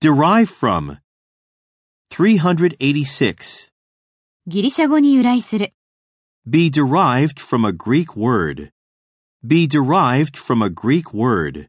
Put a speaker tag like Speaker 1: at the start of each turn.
Speaker 1: Derive from 386.
Speaker 2: ギリシャ語に由来する。
Speaker 1: Be derived from a Greek word. Be derived from a Greek word.